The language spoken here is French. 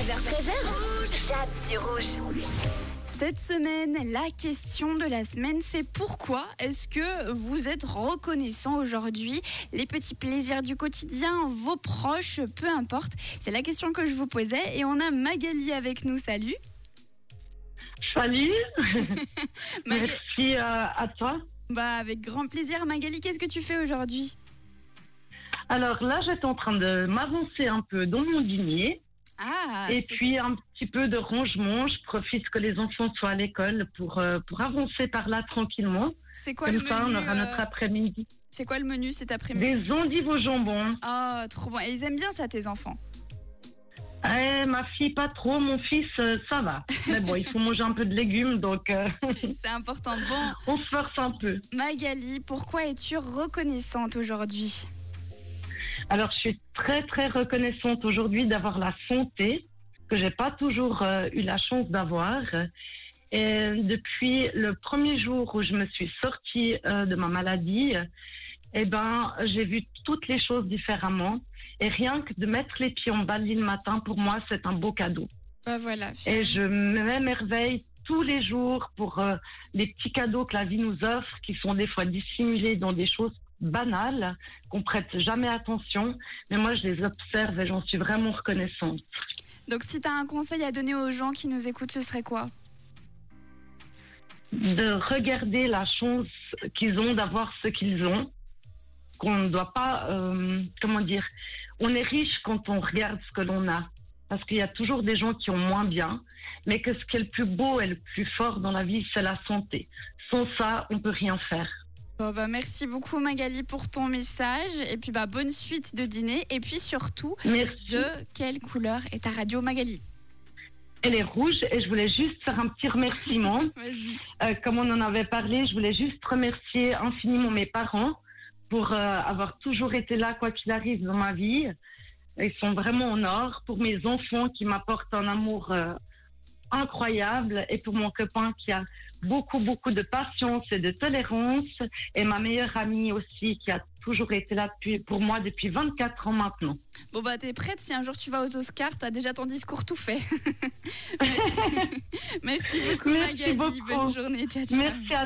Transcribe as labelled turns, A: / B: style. A: 9h13h. Jade sur rouge.
B: Cette semaine, la question de la semaine, c'est pourquoi est-ce que vous êtes reconnaissant aujourd'hui Les petits plaisirs du quotidien, vos proches, peu importe. C'est la question que je vous posais et on a Magali avec nous. Salut
C: Salut,
B: Magali-
C: merci euh, à toi.
B: Bah avec grand plaisir Magali, qu'est-ce que tu fais aujourd'hui
C: Alors là, j'étais en train de m'avancer un peu dans mon dîner
B: Ah,
C: et
B: c'est-
C: puis un petit peu de rangement. Je profite que les enfants soient à l'école pour, euh, pour avancer par là tranquillement.
B: c'est quoi, le
C: Comme
B: menu
C: ça, on aura
B: euh,
C: notre après-midi.
B: C'est quoi le menu cet après-midi
C: Des endives au jambon.
B: Oh, trop bon. Et ils aiment bien ça tes enfants.
C: Eh, ma fille, pas trop. Mon fils, euh, ça va. Mais bon, il faut manger un peu de légumes, donc euh,
B: C'est important. Bon,
C: on se force un peu.
B: Magali, pourquoi es-tu reconnaissante aujourd'hui
C: Alors, je suis très, très reconnaissante aujourd'hui d'avoir la santé que j'ai pas toujours euh, eu la chance d'avoir. Et depuis le premier jour où je me suis sortie euh, de ma maladie, euh, eh ben, j'ai vu toutes les choses différemment. Et rien que de mettre les pieds en bas de lit le matin, pour moi, c'est un beau cadeau.
B: Bah voilà.
C: Et je m'émerveille tous les jours pour euh, les petits cadeaux que la vie nous offre, qui sont des fois dissimulés dans des choses banales, qu'on prête jamais attention. Mais moi, je les observe et j'en suis vraiment reconnaissante.
B: Donc si tu as un conseil à donner aux gens qui nous écoutent, ce serait quoi
C: De regarder la chance qu'ils ont d'avoir ce qu'ils ont, qu'on ne doit pas, euh, comment dire, on est riche quand on regarde ce que l'on a. Parce qu'il y a toujours des gens qui ont moins bien, mais que ce qui est le plus beau et le plus fort dans la vie, c'est la santé. Sans ça, on peut rien faire.
B: Bon, bah, Merci beaucoup Magali pour ton message. Et puis bah, bonne suite de dîner. Et puis surtout,
C: Merci.
B: de quelle couleur est ta radio Magali
C: Elle est rouge et je voulais juste faire un petit remerciement.
B: Vas-y.
C: Euh, comme on en avait parlé, je voulais juste remercier infiniment mes parents pour euh, avoir toujours été là, quoi qu'il arrive dans ma vie. Ils sont vraiment en or. Pour mes enfants qui m'apportent un amour euh, incroyable et pour mon copain qui a beaucoup, beaucoup de patience et de tolérance. Et ma meilleure amie aussi qui a toujours été là depuis- pour moi depuis 24 ans maintenant.
B: Bon bah t'es prête si un jour tu vas aux Oscars, t'as déjà ton discours tout fait. merci. merci beaucoup
C: Merci
B: Magali,
C: beaucoup.
B: bonne journée, ciao, ciao.
C: Merci à